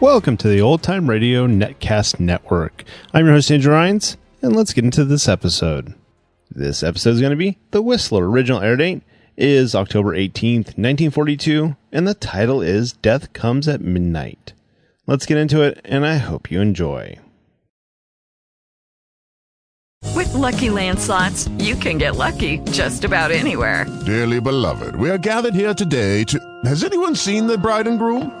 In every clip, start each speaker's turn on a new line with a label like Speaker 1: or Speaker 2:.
Speaker 1: Welcome to the Old Time Radio Netcast Network. I'm your host, Andrew Rhines, and let's get into this episode. This episode is going to be The Whistler. Original air date is October 18th, 1942, and the title is Death Comes at Midnight. Let's get into it, and I hope you enjoy.
Speaker 2: With Lucky Land slots, you can get lucky just about anywhere.
Speaker 3: Dearly beloved, we are gathered here today to. Has anyone seen the bride and groom?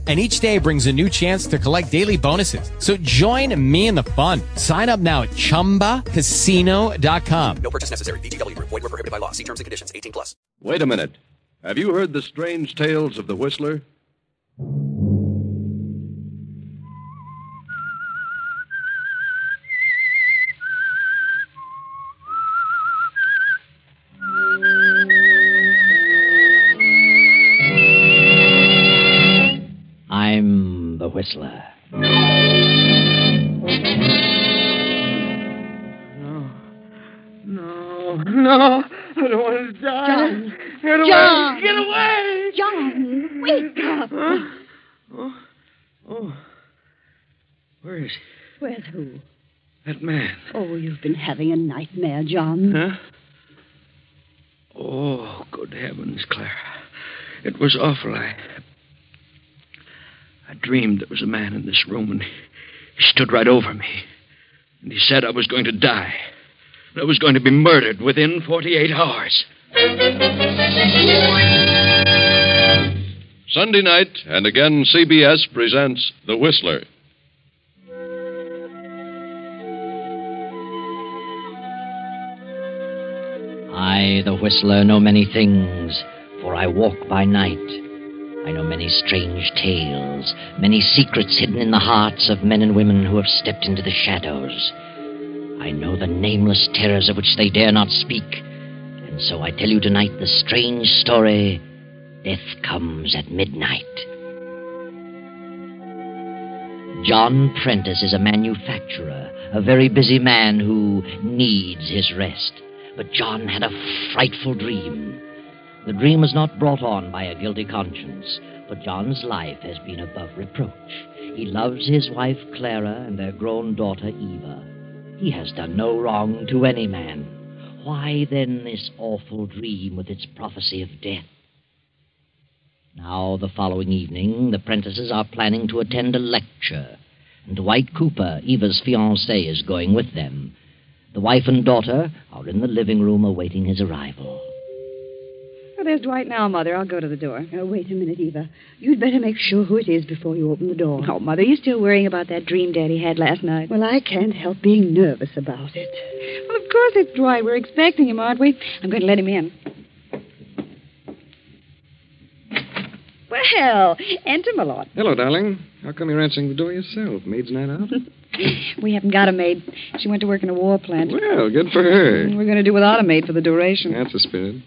Speaker 4: and each day brings a new chance to collect daily bonuses. So join me in the fun. Sign up now at ChumbaCasino.com.
Speaker 5: No purchase necessary. BGW. Void were prohibited by law. See terms and conditions. 18 plus.
Speaker 6: Wait a minute. Have you heard the strange tales of the Whistler?
Speaker 7: I'm the Whistler.
Speaker 8: No, no, I don't want to die.
Speaker 9: John.
Speaker 8: Get away,
Speaker 9: John.
Speaker 8: get away.
Speaker 9: John, wake up.
Speaker 8: Huh? Oh, oh, where is
Speaker 9: Where's who?
Speaker 8: he? that man?
Speaker 9: Oh, you've been having a nightmare, John.
Speaker 8: Huh? Oh, good heavens, Clara. It was awful. I, I dreamed there was a man in this room, and he stood right over me. And he said I was going to die. I was going to be murdered within 48 hours.
Speaker 6: Sunday night, and again CBS presents The Whistler.
Speaker 7: I, the Whistler, know many things, for I walk by night. I know many strange tales, many secrets hidden in the hearts of men and women who have stepped into the shadows. I know the nameless terrors of which they dare not speak, and so I tell you tonight the strange story Death Comes at Midnight. John Prentice is a manufacturer, a very busy man who needs his rest. But John had a frightful dream. The dream was not brought on by a guilty conscience, for John's life has been above reproach. He loves his wife Clara and their grown daughter Eva. He has done no wrong to any man. Why then this awful dream with its prophecy of death? Now, the following evening, the Prentices are planning to attend a lecture, and Dwight Cooper, Eva's fiancé, is going with them. The wife and daughter are in the living room awaiting his arrival.
Speaker 10: Oh, there's Dwight now, Mother. I'll go to the door.
Speaker 1: Oh, wait a minute, Eva. You'd better make sure who it is before you open the door.
Speaker 10: Oh, Mother, you still worrying about that dream Daddy had last night?
Speaker 1: Well, I can't help being nervous about it.
Speaker 10: Well, of course it's Dwight. We're expecting him, aren't we? I'm going to let him in. Well, enter, my lord.
Speaker 11: Hello, darling. How come you're answering the door yourself? Maid's night out?
Speaker 10: We haven't got a maid. She went to work in a war plant.
Speaker 11: well, good for her.
Speaker 10: And We're going to do without a maid for the duration.
Speaker 11: That's the spirit.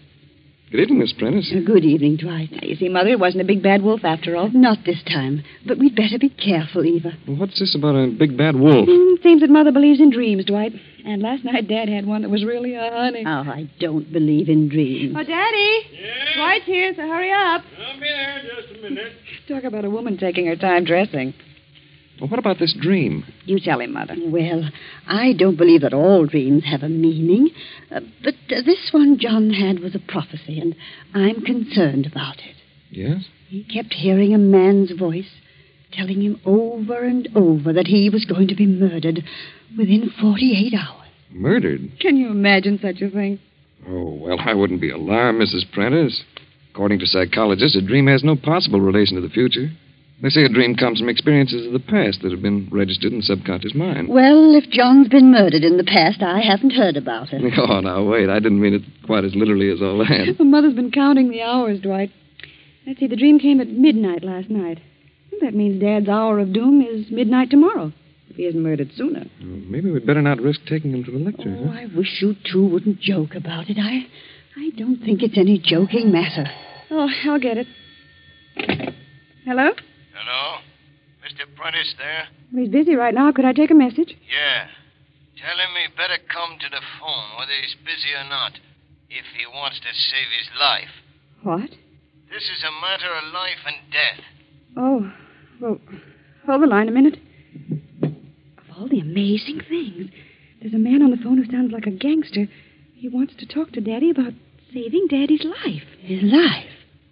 Speaker 11: Good evening, Miss Prentice.
Speaker 1: Good evening, Dwight.
Speaker 10: You see, Mother, it wasn't a big bad wolf after all.
Speaker 1: Not this time, but we'd better be careful, Eva. Hmm,
Speaker 11: Well, What's this about a big bad wolf?
Speaker 10: Mm, seems that Mother believes in dreams, Dwight. And last night Dad had one that was really a honey.
Speaker 1: Oh, I don't believe in dreams.
Speaker 10: Oh, Daddy! Dwight's here, so hurry up.
Speaker 7: I'm here just a minute.
Speaker 10: Talk about a woman taking her time dressing.
Speaker 11: Well, what about this dream?
Speaker 10: You tell him, Mother.
Speaker 1: Well, I don't believe that all dreams have a meaning, uh, but uh, this one John had was a prophecy, and I'm concerned about it.
Speaker 11: Yes?
Speaker 1: He kept hearing a man's voice telling him over and over that he was going to be murdered within 48 hours.
Speaker 11: Murdered?
Speaker 10: Can you imagine such a thing?
Speaker 11: Oh, well, I wouldn't be alarmed, Mrs. Prentice. According to psychologists, a dream has no possible relation to the future. They say a dream comes from experiences of the past that have been registered in the subconscious mind.
Speaker 1: Well, if John's been murdered in the past, I haven't heard about it.
Speaker 11: Oh, now, wait. I didn't mean it quite as literally as all that.
Speaker 10: Well, Mother's been counting the hours, Dwight. Let's see, the dream came at midnight last night. That means Dad's hour of doom is midnight tomorrow, if he isn't murdered sooner.
Speaker 11: Maybe we'd better not risk taking him to the lecture.
Speaker 1: Oh, I wish you two wouldn't joke about it. I, I don't think it's any joking matter.
Speaker 10: Oh, I'll get it. Hello?
Speaker 7: Hello? Mr. Prentice there?
Speaker 10: He's busy right now. Could I take a message?
Speaker 7: Yeah. Tell him he better come to the phone, whether he's busy or not, if he wants to save his life.
Speaker 10: What?
Speaker 7: This is a matter of life and death.
Speaker 10: Oh, well, hold the line a minute. Of all the amazing things, there's a man on the phone who sounds like a gangster. He wants to talk to Daddy about saving Daddy's life.
Speaker 1: His life.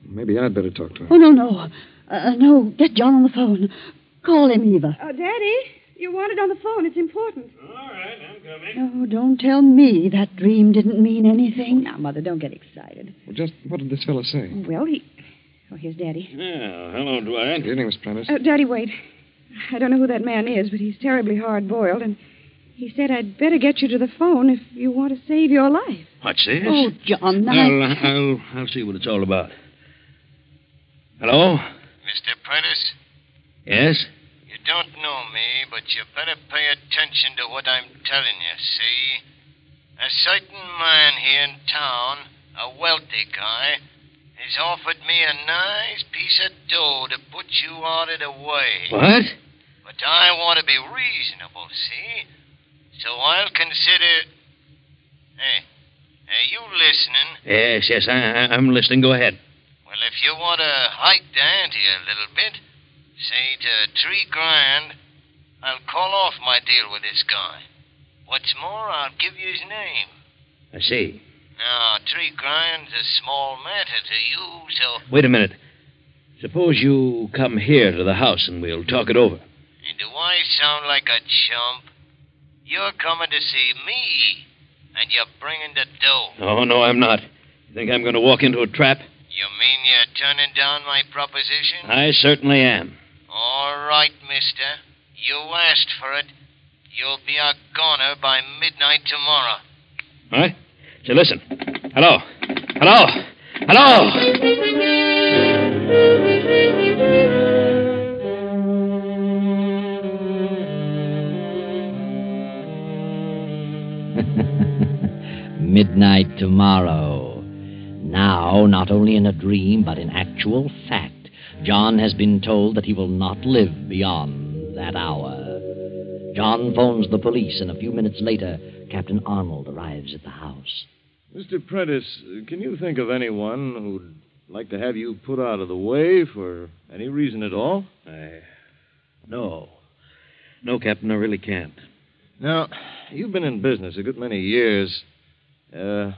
Speaker 11: Maybe I'd better talk to him.
Speaker 1: Oh, no, no. Uh, no, get John on the phone. Call him, Eva.
Speaker 10: Oh, Daddy, you want it on the phone. It's important.
Speaker 7: All right, I'm coming.
Speaker 1: No, don't tell me that dream didn't mean anything.
Speaker 10: Now, Mother, don't get excited.
Speaker 11: Well, just what did this fellow say?
Speaker 10: Well, he. Oh, here's Daddy.
Speaker 7: Yeah, hello, Dwight.
Speaker 11: Good evening, Miss Prentice.
Speaker 10: Oh, Daddy, wait. I don't know who that man is, but he's terribly hard boiled, and he said I'd better get you to the phone if you want to save your life.
Speaker 7: What's this?
Speaker 1: Oh, John, I...
Speaker 12: I'll, I'll, I'll see what it's all about. Hello?
Speaker 7: Mr. Prentice,
Speaker 12: Yes?
Speaker 7: you don't know me, but you better pay attention to what I'm telling you, see? A certain man here in town, a wealthy guy, has offered me a nice piece of dough to put you out of the way.
Speaker 12: What?
Speaker 7: But I want to be reasonable, see? So I'll consider. Hey, are you listening?
Speaker 12: Yes, yes, I, I, I'm listening. Go ahead.
Speaker 7: Well, if you want to hike the ante a little bit, say to three grand, I'll call off my deal with this guy. What's more, I'll give you his name.
Speaker 12: I see.
Speaker 7: Now, three grand's a small matter to you, so
Speaker 12: Wait a minute. Suppose you come here to the house and we'll talk it over.
Speaker 7: And do I sound like a chump? You're coming to see me, and you're bringing the dough.
Speaker 12: Oh, no, I'm not. You think I'm going to walk into a trap?
Speaker 7: You mean you're turning down my proposition?
Speaker 12: I certainly am.
Speaker 7: All right, mister. You asked for it. You'll be a goner by midnight tomorrow.
Speaker 12: All right? So listen. Hello. Hello. Hello.
Speaker 13: Midnight tomorrow. Now, not only in a dream, but in actual fact, John has been told that he will not live beyond that hour. John phones the police, and a few minutes later, Captain Arnold arrives at the house.
Speaker 14: Mr. Prentice, can you think of anyone who'd like to have you put out of the way for any reason at all?
Speaker 12: I... No. No, Captain, I really can't.
Speaker 14: Now, you've been in business a good many years. Uh,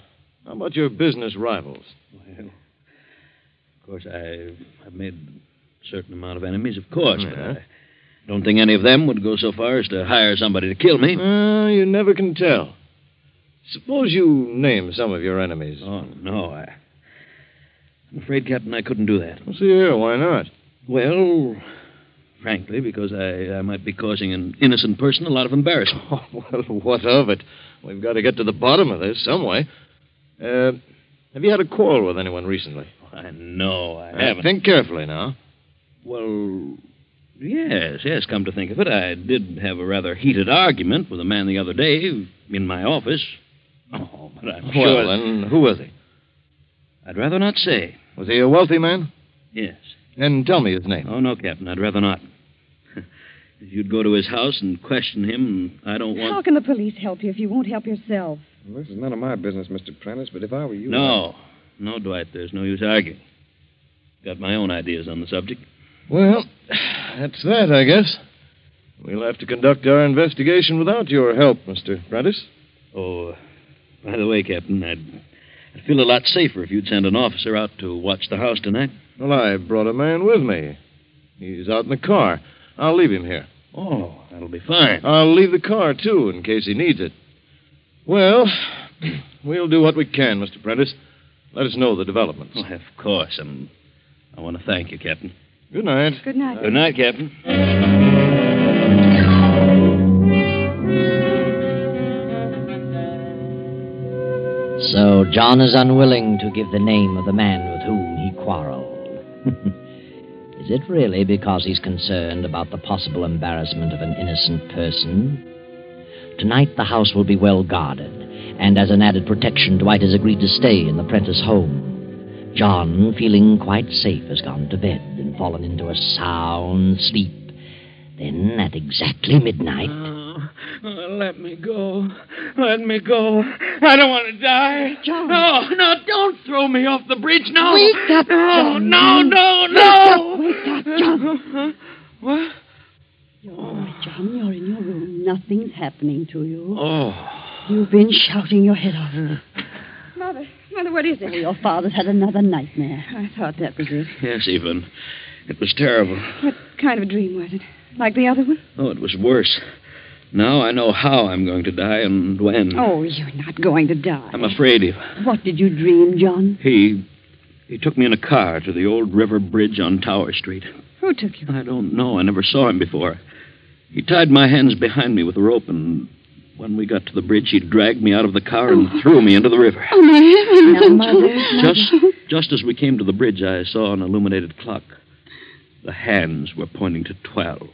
Speaker 14: how about your business rivals?
Speaker 12: Well, of course, I've, I've made a certain amount of enemies, of course, but
Speaker 14: Yeah.
Speaker 12: I don't think any of them would go so far as to hire somebody to kill me.
Speaker 14: Uh, you never can tell. Suppose you name some of your enemies.
Speaker 12: Oh, no. I,
Speaker 7: I'm afraid, Captain, I couldn't do that.
Speaker 15: Well, see here, why not?
Speaker 7: Well, frankly, because I, I might be causing an innocent person a lot of embarrassment.
Speaker 15: Oh, well, what of it? We've got to get to the bottom of this some way. Uh, have you had a quarrel with anyone recently?
Speaker 7: Oh, I know I
Speaker 15: Uh,
Speaker 7: haven't.
Speaker 15: Think carefully now.
Speaker 7: Well, yes, yes, come to think of it, I did have a rather heated argument with a man the other day in my office. Oh, but I'm sure.
Speaker 15: Well, then, who was he?
Speaker 7: I'd rather not say.
Speaker 15: Was he a wealthy man?
Speaker 7: Yes.
Speaker 15: And tell me his name.
Speaker 7: Oh, no, Captain, I'd rather not. if you'd go to his house and question him, I don't
Speaker 4: How
Speaker 7: want.
Speaker 4: can the police help you if you won't help yourself?
Speaker 9: This is none of my business, Mr. Prentice, but if I were you.
Speaker 7: No, no, Dwight, there's no use arguing. Got my own ideas on the subject.
Speaker 15: Well, that's that, I guess. We'll have to conduct our investigation without your help, Mr. Prentice.
Speaker 7: Oh, uh, by the way, Captain, I'd, I'd feel a lot safer if you'd send an officer out to watch the house tonight.
Speaker 15: Well, I brought a man with me. He's out in the car. I'll leave him here.
Speaker 7: Oh, that'll be fine.
Speaker 15: I'll leave the car, too, in case he needs it. Well, we'll do what we can, Mr. Prentice. Let us know the developments.
Speaker 7: Why, of course. I'm, I want to thank you, Captain.
Speaker 15: Good night.
Speaker 4: Good night.
Speaker 7: Good night, Captain.
Speaker 16: So John is unwilling to give the name of the man with whom he quarreled. is it really because he's concerned about the possible embarrassment of an innocent person? Tonight the house will be well guarded, and as an added protection, Dwight has agreed to stay in the Prentice home. John, feeling quite safe, has gone to bed and fallen into a sound sleep. Then, at exactly midnight,
Speaker 17: Uh, let me go. Let me go. I don't want to die.
Speaker 1: John.
Speaker 17: No, no, don't throw me off the bridge. No.
Speaker 1: Wake up,
Speaker 17: No,
Speaker 1: John.
Speaker 17: no, no,
Speaker 1: Wake
Speaker 17: no.
Speaker 1: up, wake up, John.
Speaker 17: What?
Speaker 1: You're all right, John. You're in your room. Nothing's happening to you.
Speaker 17: Oh.
Speaker 1: You've been shouting your head off.
Speaker 4: Mother, Mother, what is it?
Speaker 1: Your father's had another nightmare.
Speaker 4: I thought that was it.
Speaker 7: Yes, Evelyn. It was terrible.
Speaker 4: What kind of a dream was it? Like the other one?
Speaker 7: Oh, it was worse. Now I know how I'm going to die and when.
Speaker 4: Oh, you're not going to die.
Speaker 7: I'm afraid of.
Speaker 1: What did you dream, John?
Speaker 7: He. He took me in a car to the old river bridge on Tower Street.
Speaker 4: Who took you?
Speaker 7: I don't know. I never saw him before. He tied my hands behind me with a rope, and when we got to the bridge, he dragged me out of the car and threw me into the river.
Speaker 1: Oh, my heavens.
Speaker 4: Now, Mother.
Speaker 7: Just, just as we came to the bridge, I saw an illuminated clock. The hands were pointing to 12.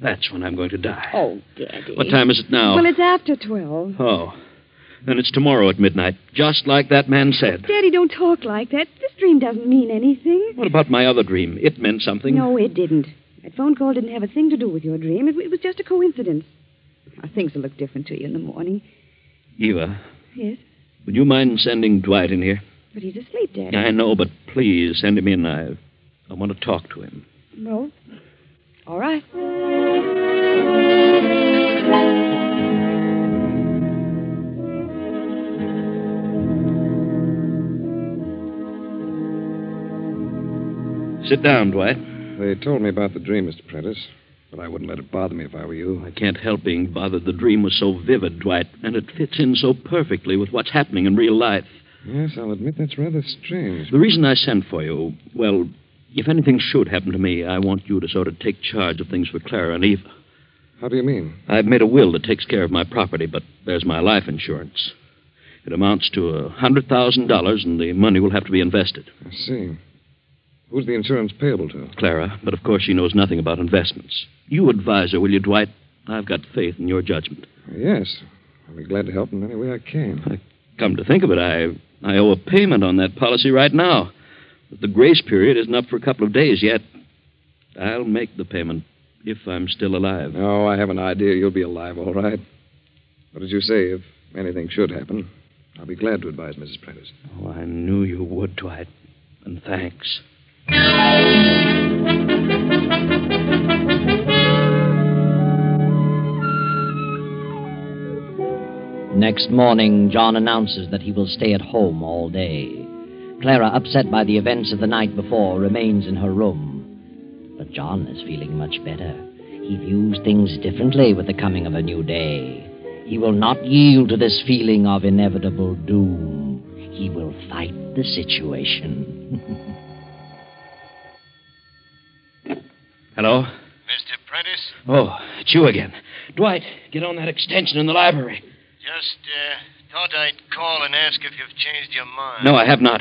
Speaker 7: That's when I'm going to die.
Speaker 1: Oh, Daddy.
Speaker 7: What time is it now?
Speaker 4: Well, it's after 12.
Speaker 7: Oh. Then it's tomorrow at midnight, just like that man said.
Speaker 4: Daddy, don't talk like that. This dream doesn't mean anything.
Speaker 7: What about my other dream? It meant something.
Speaker 4: No, it didn't. That phone call didn't have a thing to do with your dream. It, it was just a coincidence. Now, things will look different to you in the morning.
Speaker 7: Eva,
Speaker 4: Yes,
Speaker 7: would you mind sending Dwight in here?
Speaker 4: but he's asleep, Daddy.
Speaker 7: I know, but please send him in. I, I want to talk to him.
Speaker 4: Well, all right.
Speaker 7: Sit down, Dwight.
Speaker 9: They told me about the dream, Mr. Prentice, but I wouldn't let it bother me if I were you.
Speaker 7: I can't help being bothered. The dream was so vivid, Dwight, and it fits in so perfectly with what's happening in real life.
Speaker 9: Yes, I'll admit that's rather strange.
Speaker 7: The reason I sent for you, well, if anything should happen to me, I want you to sort of take charge of things for Clara and Eva.
Speaker 9: How do you mean?
Speaker 7: I've made a will that takes care of my property, but there's my life insurance. It amounts to a $100,000, and the money will have to be invested.
Speaker 9: I see. Who's the insurance payable to?
Speaker 7: Clara, but of course she knows nothing about investments. You advise her, will you, Dwight? I've got faith in your judgment.
Speaker 9: Yes. I'll be glad to help in any way I can.
Speaker 7: Come to think of it, I, I owe a payment on that policy right now. But the grace period isn't up for a couple of days yet. I'll make the payment if I'm still alive.
Speaker 9: No, I have an idea you'll be alive, all right. But as you say, if anything should happen, I'll be glad to advise Mrs. Prentice.
Speaker 7: Oh, I knew you would, Dwight. And thanks.
Speaker 16: Next morning, John announces that he will stay at home all day. Clara, upset by the events of the night before, remains in her room. But John is feeling much better. He views things differently with the coming of a new day. He will not yield to this feeling of inevitable doom. He will fight the situation.
Speaker 18: Hello?
Speaker 4: Mr. Prentice?
Speaker 18: Oh, it's you again. Dwight, get on that extension in the library.
Speaker 4: Just uh, thought I'd call and ask if you've changed your mind.
Speaker 18: No, I have not.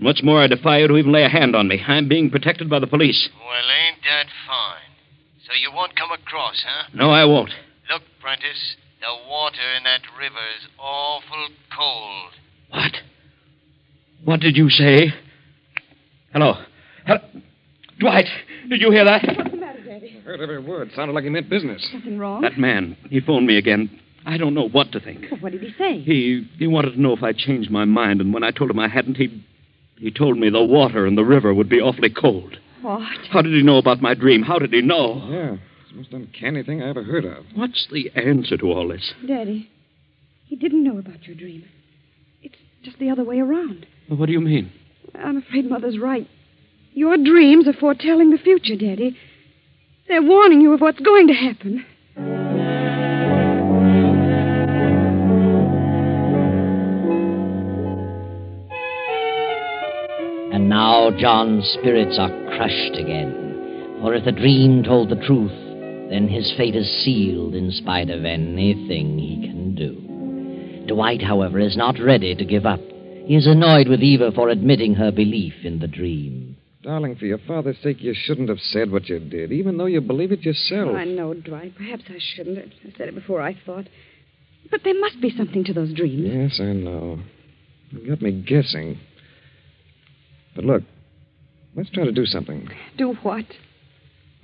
Speaker 18: What's more, I defy you to even lay a hand on me. I'm being protected by the police.
Speaker 4: Well, ain't that fine? So you won't come across, huh?
Speaker 18: No, I won't.
Speaker 4: Look, Prentice, the water in that river's awful cold.
Speaker 18: What? What did you say? Hello. Hello? Dwight, did you hear that?
Speaker 9: What's the matter, Daddy?
Speaker 19: Heard every word. Sounded like he meant business.
Speaker 9: Something wrong?
Speaker 18: That man, he phoned me again. I don't know what to think.
Speaker 9: Well, what did he say?
Speaker 18: He he wanted to know if I changed my mind, and when I told him I hadn't, he he told me the water in the river would be awfully cold.
Speaker 9: What?
Speaker 18: How did he know about my dream? How did he know?
Speaker 19: Yeah, it's the most uncanny thing I ever heard of.
Speaker 18: What's the answer to all this?
Speaker 9: Daddy, he didn't know about your dream. It's just the other way around.
Speaker 18: What do you mean?
Speaker 9: I'm afraid Mother's right. Your dreams are foretelling the future, Daddy. They're warning you of what's going to happen.
Speaker 20: And now John's spirits are crushed again. For if the dream told the truth, then his fate is sealed in spite of anything he can do. Dwight, however, is not ready to give up. He is annoyed with Eva for admitting her belief in the dream.
Speaker 19: Darling, for your father's sake, you shouldn't have said what you did, even though you believe it
Speaker 7: Oh.
Speaker 19: yourself.
Speaker 9: I know, Dwight. Perhaps I shouldn't. I said it before I thought. But there must be something to those dreams.
Speaker 19: Yes, I know. You got me guessing. But look, let's try to do something.
Speaker 9: Do what?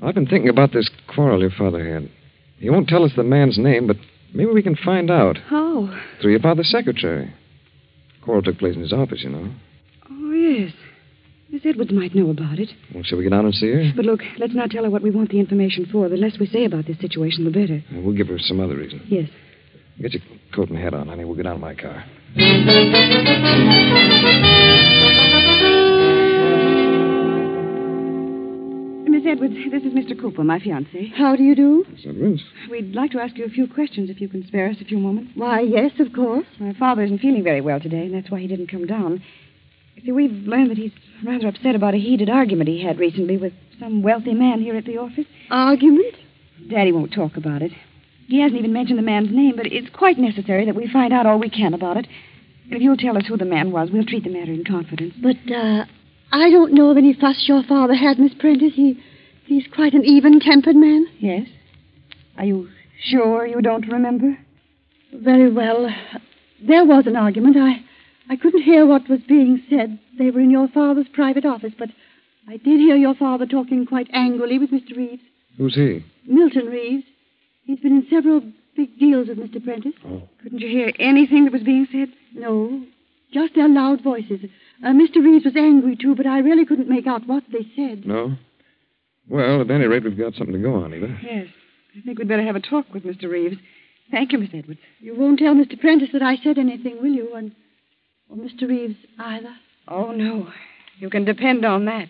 Speaker 19: I've been thinking about this quarrel your father had. He won't tell us the man's name, but maybe we can find out.
Speaker 9: How?
Speaker 19: Through your father's secretary. The quarrel took place in his office, you know.
Speaker 9: Oh, yes. Miss Edwards might know about it.
Speaker 19: Well, shall we get down and see her?
Speaker 9: But look, let's not tell her what we want the information for. The less we say about this situation, the better.
Speaker 19: We'll give her some other reason.
Speaker 9: Yes.
Speaker 19: Get your coat and hat on, honey. We'll get out of my car.
Speaker 9: Miss Edwards, this is Mr. Cooper, my fiancé.
Speaker 21: How do you do?
Speaker 19: Miss Edwards.
Speaker 9: We'd like to ask you a few questions if you can spare us a few moments.
Speaker 21: Why, yes, of course.
Speaker 9: My father isn't feeling very well today, and that's why he didn't come down. You see, we've learned that he's rather upset about a heated argument he had recently with some wealthy man here at the office.
Speaker 21: Argument?
Speaker 9: Daddy won't talk about it. He hasn't even mentioned the man's name, but it's quite necessary that we find out all we can about it. And if you'll tell us who the man was, we'll treat the matter in confidence.
Speaker 21: But, uh, I don't know of any fuss your father had, Miss Prentice. He, he's quite an even-tempered man.
Speaker 9: Yes. Are you sure you don't remember?
Speaker 21: Very well. There was an argument. I, I couldn't hear what was being said. They were in your father's private office, but I did hear your father talking quite angrily with Mr. Reeves.
Speaker 19: Who's he?
Speaker 21: Milton Reeves. He's been in several big deals with Mr. Prentice.
Speaker 19: Oh.
Speaker 9: Couldn't you hear anything that was being said?
Speaker 21: No. Just their loud voices. Uh, Mr. Reeves was angry, too, but I really couldn't make out what they said.
Speaker 19: No? Well, at any rate, we've got something to go on, Eva.
Speaker 9: Yes. I think we'd better have a talk with Mr. Reeves. Thank you, Miss Edwards.
Speaker 21: You won't tell Mr. Prentice that I said anything, will you? And or Mr. Reeves either?
Speaker 9: Oh, no. You can depend on that.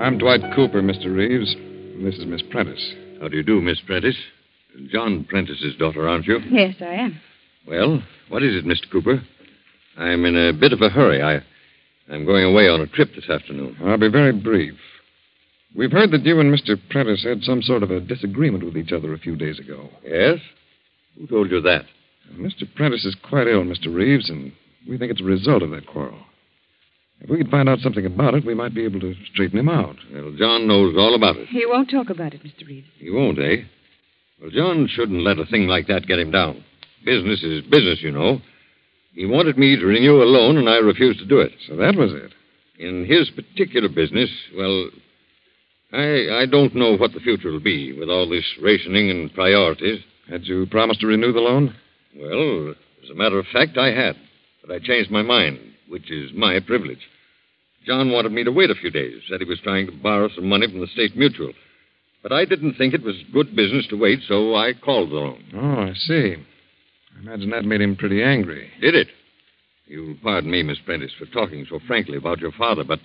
Speaker 19: I'm Dwight Cooper, Mr. Reeves. And this is Miss Prentice.
Speaker 7: How do you do, Miss Prentice? John Prentice's daughter, aren't you?
Speaker 9: Yes, I am.
Speaker 7: Well, what is it, Mr. Cooper? I'm in a bit of a hurry. I, I'm going away on a trip this afternoon.
Speaker 19: I'll be very brief. We've heard that you and Mr. Prentice had some sort of a disagreement with each other a few days ago.
Speaker 7: Yes? Who told you that?
Speaker 19: Mr. Prentice is quite ill, Mr. Reeves, and we think it's a result of that quarrel. If we could find out something about it, we might be able to straighten him out.
Speaker 7: Well, John knows all about it.
Speaker 9: He won't talk about it, Mr. Reeves.
Speaker 7: He won't, eh? Well, John shouldn't let a thing like that get him down. Business is business, you know. He wanted me to renew a loan, and I refused to do it.
Speaker 19: So that was it.
Speaker 7: In his particular business, well, I, I don't know what the future will be with all this rationing and priorities.
Speaker 19: Had you promised to renew the loan?
Speaker 7: Well, as a matter of fact, I had. But I changed my mind, which is my privilege. John wanted me to wait a few days, said he was trying to borrow some money from the state mutual. But I didn't think it was good business to wait, so I called the loan.
Speaker 19: Oh, I see. I imagine that made him pretty angry.
Speaker 7: Did it? You'll pardon me, Miss Prentice, for talking so frankly about your father, but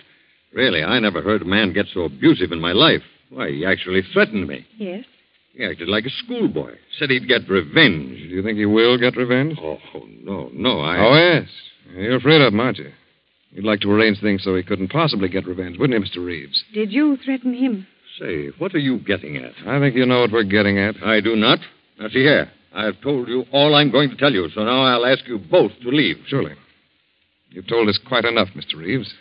Speaker 7: really, I never heard a man get so abusive in my life. Why, he actually threatened me.
Speaker 9: Yes?
Speaker 22: He acted like a schoolboy. Said he'd get revenge.
Speaker 7: Do you think he will get revenge?
Speaker 22: Oh, no, no, I.
Speaker 7: Oh, yes. You're afraid of him, aren't you? You'd like to arrange things so he couldn't possibly get revenge, wouldn't you, Mr. Reeves?
Speaker 9: Did you threaten him?
Speaker 22: Say, what are you getting at?
Speaker 7: I think you know what we're getting at.
Speaker 22: I do not. Now, see here. I've told you all I'm going to tell you, so now I'll ask you both to leave.
Speaker 7: Surely. You've told us quite enough, Mr. Reeves.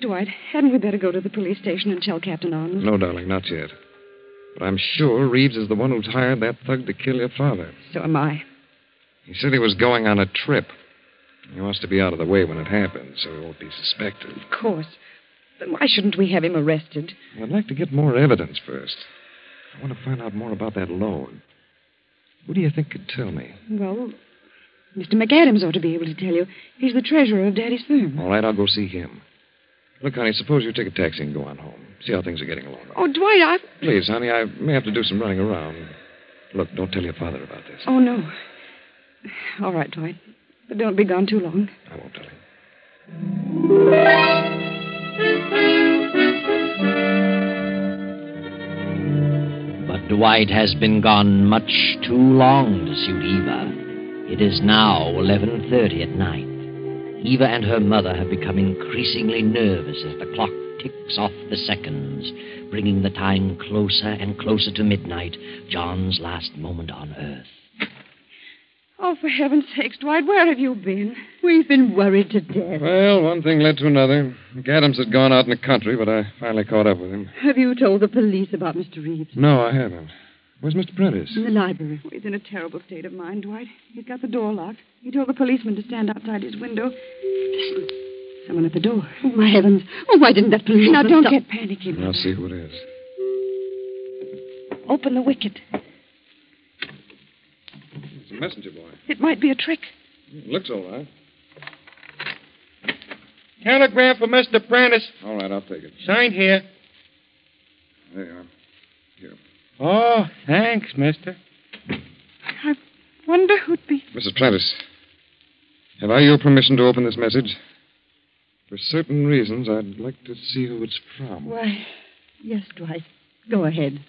Speaker 9: Dwight, hadn't we better go to the police station and tell Captain Arnold?
Speaker 7: No, darling, not yet. But I'm sure Reeves is the one who's hired that thug to kill your father.
Speaker 9: So am I.
Speaker 7: He said he was going on a trip. He wants to be out of the way when it happens, so he won't be suspected.
Speaker 9: Of course. Then why shouldn't we have him arrested?
Speaker 7: Well, I'd like to get more evidence first. I want to find out more about that loan. Who do you think could tell me?
Speaker 9: Well, Mr. McAdams ought to be able to tell you. He's the treasurer of Daddy's firm.
Speaker 7: All right, I'll go see him. Look, honey, suppose you take a taxi and go on home. See how things are getting along.
Speaker 9: Oh, Dwight, I.
Speaker 7: Please, honey, I may have to do some running around. Look, don't tell your father about this.
Speaker 9: Oh, no. All right, Dwight. But don't be gone too long.
Speaker 7: I won't tell him.
Speaker 23: But Dwight has been gone much too long to suit Eva. It is now 11:30 at night. Eva and her mother have become increasingly nervous as the clock ticks off the seconds, bringing the time closer and closer to midnight, John's last moment on earth.
Speaker 9: Oh, for heaven's sakes, Dwight, where have you been?
Speaker 4: We've been worried to death.
Speaker 7: Well, one thing led to another. McAdams had gone out in the country, but I finally caught up with him.
Speaker 4: Have you told the police about Mr. Reeves?
Speaker 7: No, I haven't. Where's Mr. Prentice?
Speaker 4: In the library.
Speaker 9: He's in a terrible state of mind, Dwight. He's got the door locked. He told the policeman to stand outside his window. Listen, someone at the door.
Speaker 4: Oh, my heavens. Oh, why didn't that policeman...
Speaker 9: Now, don't stop. get panicky.
Speaker 7: I'll see who it is.
Speaker 9: Open the wicket.
Speaker 7: It's a messenger boy.
Speaker 9: It might be a trick.
Speaker 7: It looks all right.
Speaker 24: Telegram for Mr. Prentice.
Speaker 7: All right, I'll take it.
Speaker 24: Signed here.
Speaker 7: There you are. Here.
Speaker 24: Oh, thanks, mister.
Speaker 9: I wonder who'd be.
Speaker 7: Mrs. Prentice, have I your permission to open this message? For certain reasons, I'd like to see who it's from.
Speaker 4: Why, yes, Dwight. Go ahead.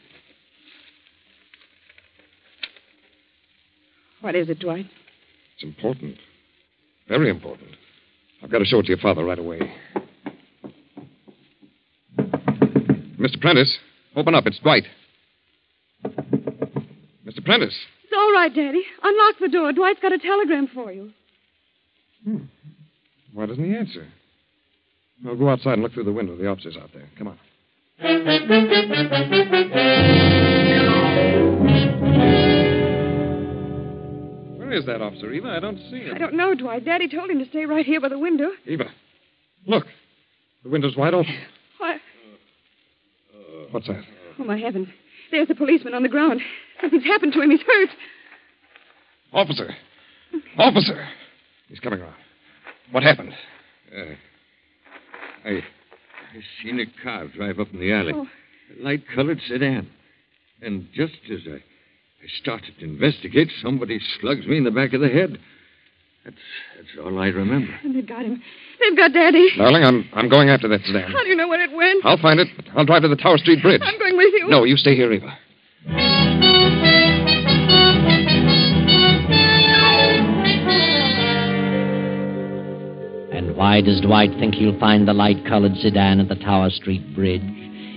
Speaker 9: What is it, Dwight?
Speaker 7: It's important. Very important. I've got to show it to your father right away. Mr. Prentice, open up. It's Dwight. Mr. Prentice.
Speaker 4: It's all right, Daddy. Unlock the door. Dwight's got a telegram for you.
Speaker 7: Hmm. Why doesn't he answer? Well, go outside and look through the window. The officer's out there. Come on. Where is that officer, Eva? I don't see him.
Speaker 9: I don't know, Dwight. Daddy told him to stay right here by the window.
Speaker 7: Eva, look. The window's wide open.
Speaker 9: Why?
Speaker 7: What's that?
Speaker 9: Oh, my heavens. There's the policeman on the ground. Something's happened to him. He's hurt.
Speaker 7: Officer! Officer! He's coming around. What happened?
Speaker 22: Uh, I, I seen a car drive up in the alley.
Speaker 9: Oh.
Speaker 22: A light colored sedan. And just as I, I started to investigate, somebody slugs me in the back of the head. That's, that's all I remember.
Speaker 9: And they've got him. They've got Daddy.
Speaker 7: Darling, I'm, I'm going after that sedan.
Speaker 9: How do you know where it went?
Speaker 7: I'll find it. I'll drive to the Tower Street Bridge.
Speaker 9: I'm going with you.
Speaker 7: No, you stay here, Eva.
Speaker 23: And why does Dwight think he'll find the light colored sedan at the Tower Street Bridge?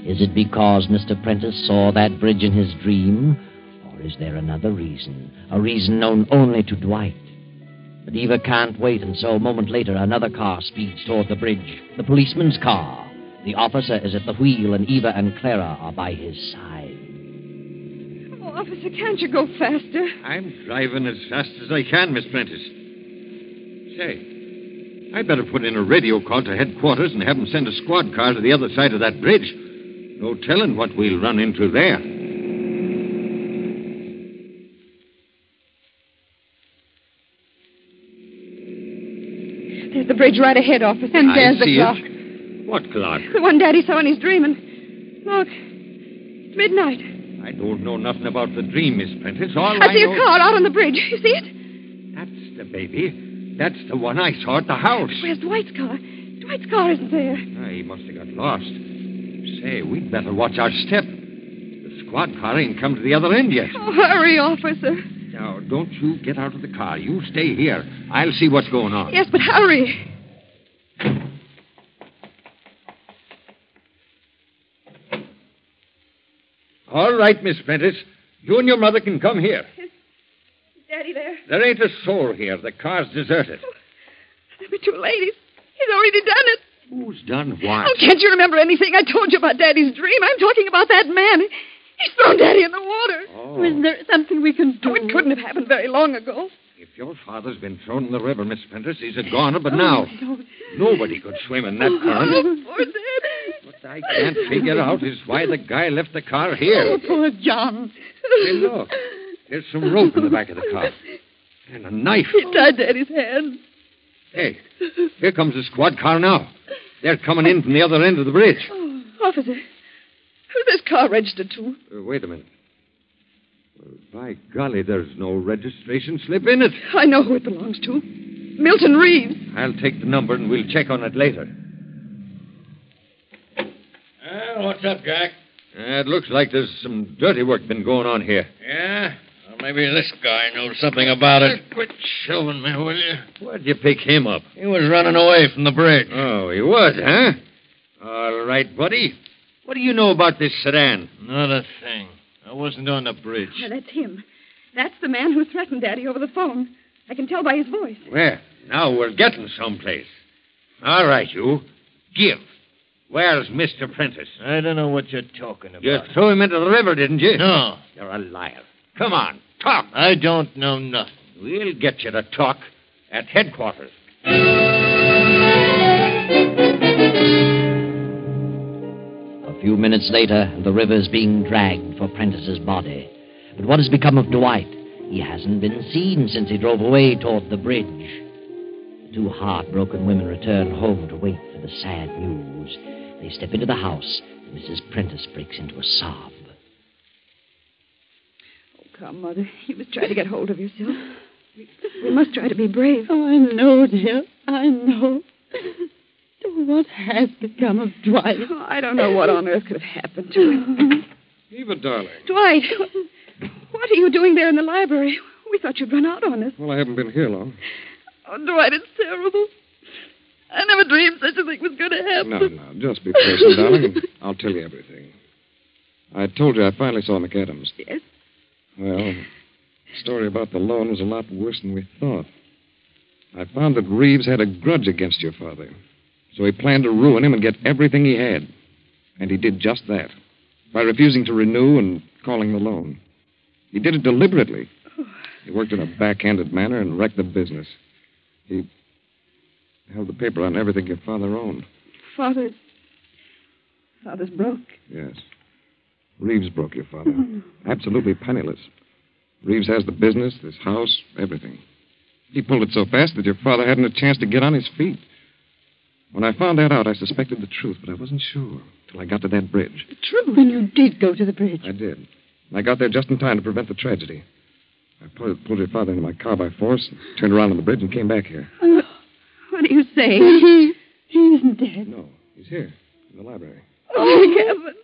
Speaker 23: Is it because Mr. Prentice saw that bridge in his dream? Or is there another reason? A reason known only to Dwight? But Eva can't wait, and so a moment later, another car speeds toward the bridge. The policeman's car. The officer is at the wheel, and Eva and Clara are by his side.
Speaker 9: Oh, officer, can't you go faster?
Speaker 22: I'm driving as fast as I can, Miss Prentice. Say, I'd better put in a radio call to headquarters and have them send a squad car to the other side of that bridge. No telling what we'll run into there.
Speaker 9: There's the bridge right ahead, officer.
Speaker 4: And there's
Speaker 22: I
Speaker 4: the
Speaker 22: see
Speaker 4: clock.
Speaker 22: It. What clock?
Speaker 9: The one Daddy saw in his dream, and look, it's midnight.
Speaker 22: I don't know nothing about the dream, Miss Prentice. All
Speaker 9: I see
Speaker 22: know-
Speaker 9: a car out on the bridge. You see it?
Speaker 22: That's the baby.
Speaker 25: That's the one I saw at the house.
Speaker 26: Where's Dwight's car? Dwight's car isn't there.
Speaker 25: Ah, he must have got lost. Say, we'd better watch our step. The squad car ain't come to the other end yet.
Speaker 26: Oh, hurry, officer.
Speaker 25: Now, don't you get out of the car. You stay here. I'll see what's going on.
Speaker 26: Yes, but hurry.
Speaker 7: All right, Miss Prentice. You and your mother can come here.
Speaker 26: Daddy there.
Speaker 7: There ain't a soul here. The car's deserted.
Speaker 26: There were two ladies. He's already done it.
Speaker 7: Who's done what?
Speaker 26: Oh, can't you remember anything I told you about Daddy's dream? I'm talking about that man. He's thrown Daddy in the water.
Speaker 25: Oh.
Speaker 26: Isn't there something we can do? Oh, it couldn't have happened very long ago.
Speaker 7: If your father's been thrown in the river, Miss Prentice, he's a goner, but now nobody could swim in that current.
Speaker 26: Oh, poor Daddy.
Speaker 7: What I can't figure out is why the guy left the car here.
Speaker 26: Oh, poor John.
Speaker 7: Hey, look. There's some rope in the back of the car. And a knife.
Speaker 26: He tied Daddy's hands.
Speaker 7: Hey, here comes the squad car now. They're coming in from the other end of the bridge.
Speaker 26: Oh, officer, who's this car registered to?
Speaker 7: Uh, wait a minute. Well, by golly, there's no registration slip in it.
Speaker 26: I know who it belongs to. Milton Reeves.
Speaker 7: I'll take the number and we'll check on it later.
Speaker 27: Well, what's up, Jack?
Speaker 7: Uh, it looks like there's some dirty work been going on here.
Speaker 27: Yeah? Well, maybe this guy knows something about it.
Speaker 7: Quit
Speaker 27: Shoving me, will you?
Speaker 7: Where'd you pick him up?
Speaker 27: He was running away from the bridge.
Speaker 7: Oh, he was, huh? All right, buddy. What do you know about this sedan?
Speaker 27: Not a thing. I wasn't on the bridge.
Speaker 26: Oh, that's him. That's the man who threatened Daddy over the phone. I can tell by his voice.
Speaker 7: Well, now we're getting someplace. All right, you. Give. Where's Mr. Prentice?
Speaker 27: I don't know what you're talking about.
Speaker 7: You threw him into the river, didn't you?
Speaker 27: No.
Speaker 7: You're a liar. Come on, talk.
Speaker 27: I don't know nothing.
Speaker 7: We'll get you to talk at headquarters.
Speaker 28: A few minutes later, the river is being dragged for Prentice's body. But what has become of Dwight? He hasn't been seen since he drove away toward the bridge. The two heartbroken women return home to wait for the sad news. They step into the house. Mrs. Prentice breaks into a sob.
Speaker 26: Oh, come, Mother. You must try to get hold of yourself. We, we must try to be brave.
Speaker 29: Oh, I know, dear. I know. Oh, What has become of Dwight?
Speaker 26: Oh, I don't know what on earth could have happened to him.
Speaker 9: Eva, darling.
Speaker 26: Dwight, what are you doing there in the library? We thought you'd run out on us.
Speaker 9: Well, I haven't been here long.
Speaker 26: Oh, Dwight, it's terrible. I never dreamed such a thing was going to happen.
Speaker 9: No, no, just be patient, darling. and I'll tell you everything. I told you I finally saw McAdams.
Speaker 26: Yes.
Speaker 9: Well, the story about the loan was a lot worse than we thought. I found that Reeves had a grudge against your father, so he planned to ruin him and get everything he had. And he did just that by refusing to renew and calling the loan. He did it deliberately. He worked in a backhanded manner and wrecked the business. He held the paper on everything your father owned.
Speaker 26: Father. Father's broke.
Speaker 9: Yes. Reeves broke your father. Absolutely penniless. Reeves has the business, this house, everything. He pulled it so fast that your father hadn't a chance to get on his feet. When I found that out, I suspected the truth, but I wasn't sure till I got to that bridge.
Speaker 29: True. Then you did go to the bridge.
Speaker 9: I did. And I got there just in time to prevent the tragedy. I pulled, pulled your father into my car by force, turned around on the bridge, and came back here.
Speaker 29: Oh,
Speaker 26: What do you say?
Speaker 29: he, he isn't dead.
Speaker 9: No, he's here, in the library.
Speaker 26: Oh, Kevin.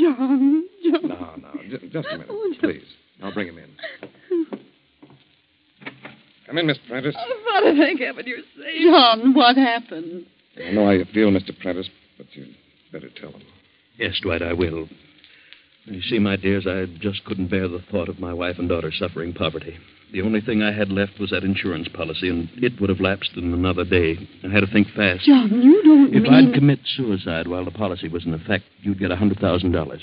Speaker 29: John, John. Oh,
Speaker 9: No, no, j- just a minute, please. I'll bring him in. Come in, Miss Prentice.
Speaker 26: Oh, Father, thank heaven you're safe.
Speaker 29: John, what happened?
Speaker 9: I know how you feel, Mr. Prentice, but you'd better tell him.
Speaker 4: Yes, Dwight, I will. You see, my dears, I just couldn't bear the thought of my wife and daughter suffering poverty. The only thing I had left was that insurance policy, and it would have lapsed in another day. I had to think fast.
Speaker 29: John, you don't
Speaker 4: If
Speaker 29: mean...
Speaker 4: I'd commit suicide while the policy was in effect, you'd get a $100,000.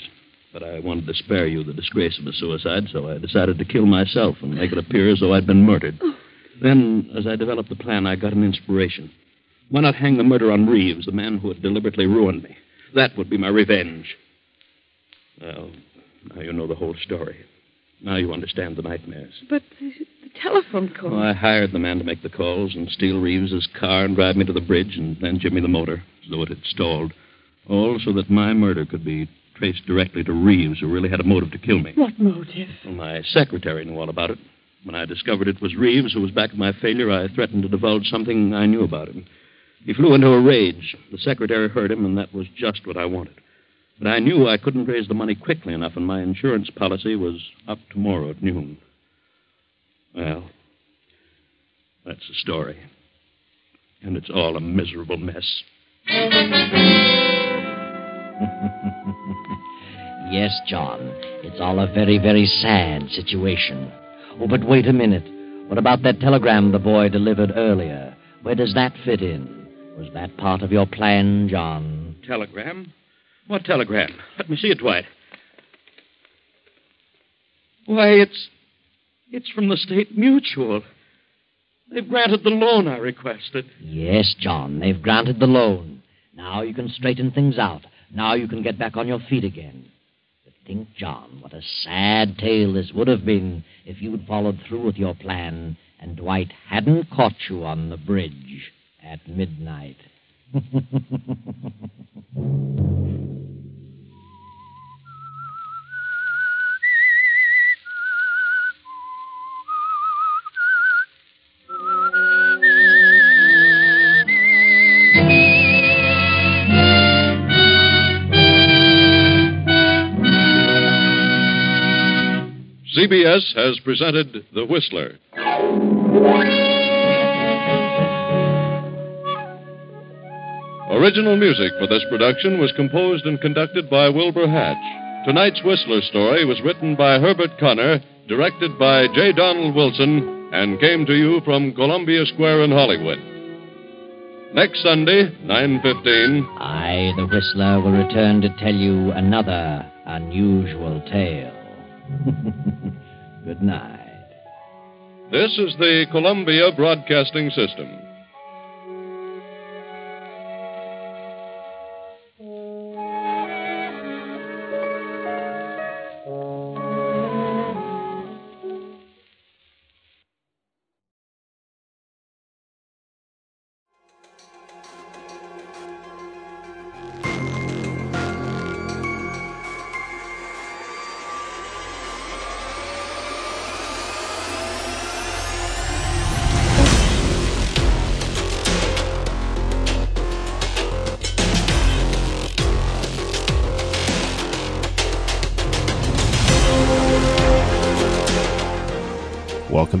Speaker 4: But I wanted to spare you the disgrace of a suicide, so I decided to kill myself and make it appear as though I'd been murdered. Then, as I developed the plan, I got an inspiration. Why not hang the murder on Reeves, the man who had deliberately ruined me? That would be my revenge. Well, now you know the whole story. Now you understand the nightmares.
Speaker 26: But the, the telephone call.
Speaker 4: Well, I hired the man to make the calls and steal Reeves's car and drive me to the bridge and then Jimmy the motor, as though it had stalled. All so that my murder could be traced directly to Reeves, who really had a motive to kill me.
Speaker 29: What motive?
Speaker 4: Well, my secretary knew all about it.
Speaker 30: When I discovered it was Reeves who was back of my failure, I threatened to divulge something I knew about him. He flew into a rage. The secretary heard him, and that was just what I wanted. But I knew I couldn't raise the money quickly enough, and my insurance policy was up tomorrow at noon. Well, that's the story. And it's all a miserable mess.
Speaker 7: Yes, John, it's all a very, very sad situation. Oh, but wait a minute. What about that telegram the boy delivered earlier? Where does that fit in? Was that part of your plan, John?
Speaker 30: Telegram? What telegram? Let me see it, Dwight. Why, it's. It's from the State Mutual. They've granted the loan I requested.
Speaker 7: Yes, John, they've granted the loan. Now you can straighten things out. Now you can get back on your feet again. But think, John, what a sad tale this would have been if you'd followed through with your plan and Dwight hadn't caught you on the bridge at midnight.
Speaker 9: CBS has presented The Whistler. Original music for this production was composed and conducted by Wilbur Hatch. Tonight's Whistler story was written by Herbert Connor, directed by J. Donald Wilson, and came to you from Columbia Square in Hollywood. Next Sunday, 9:15,
Speaker 7: I, the Whistler, will return to tell you another unusual tale. Good night.
Speaker 9: this is the Columbia Broadcasting System.
Speaker 1: Welcome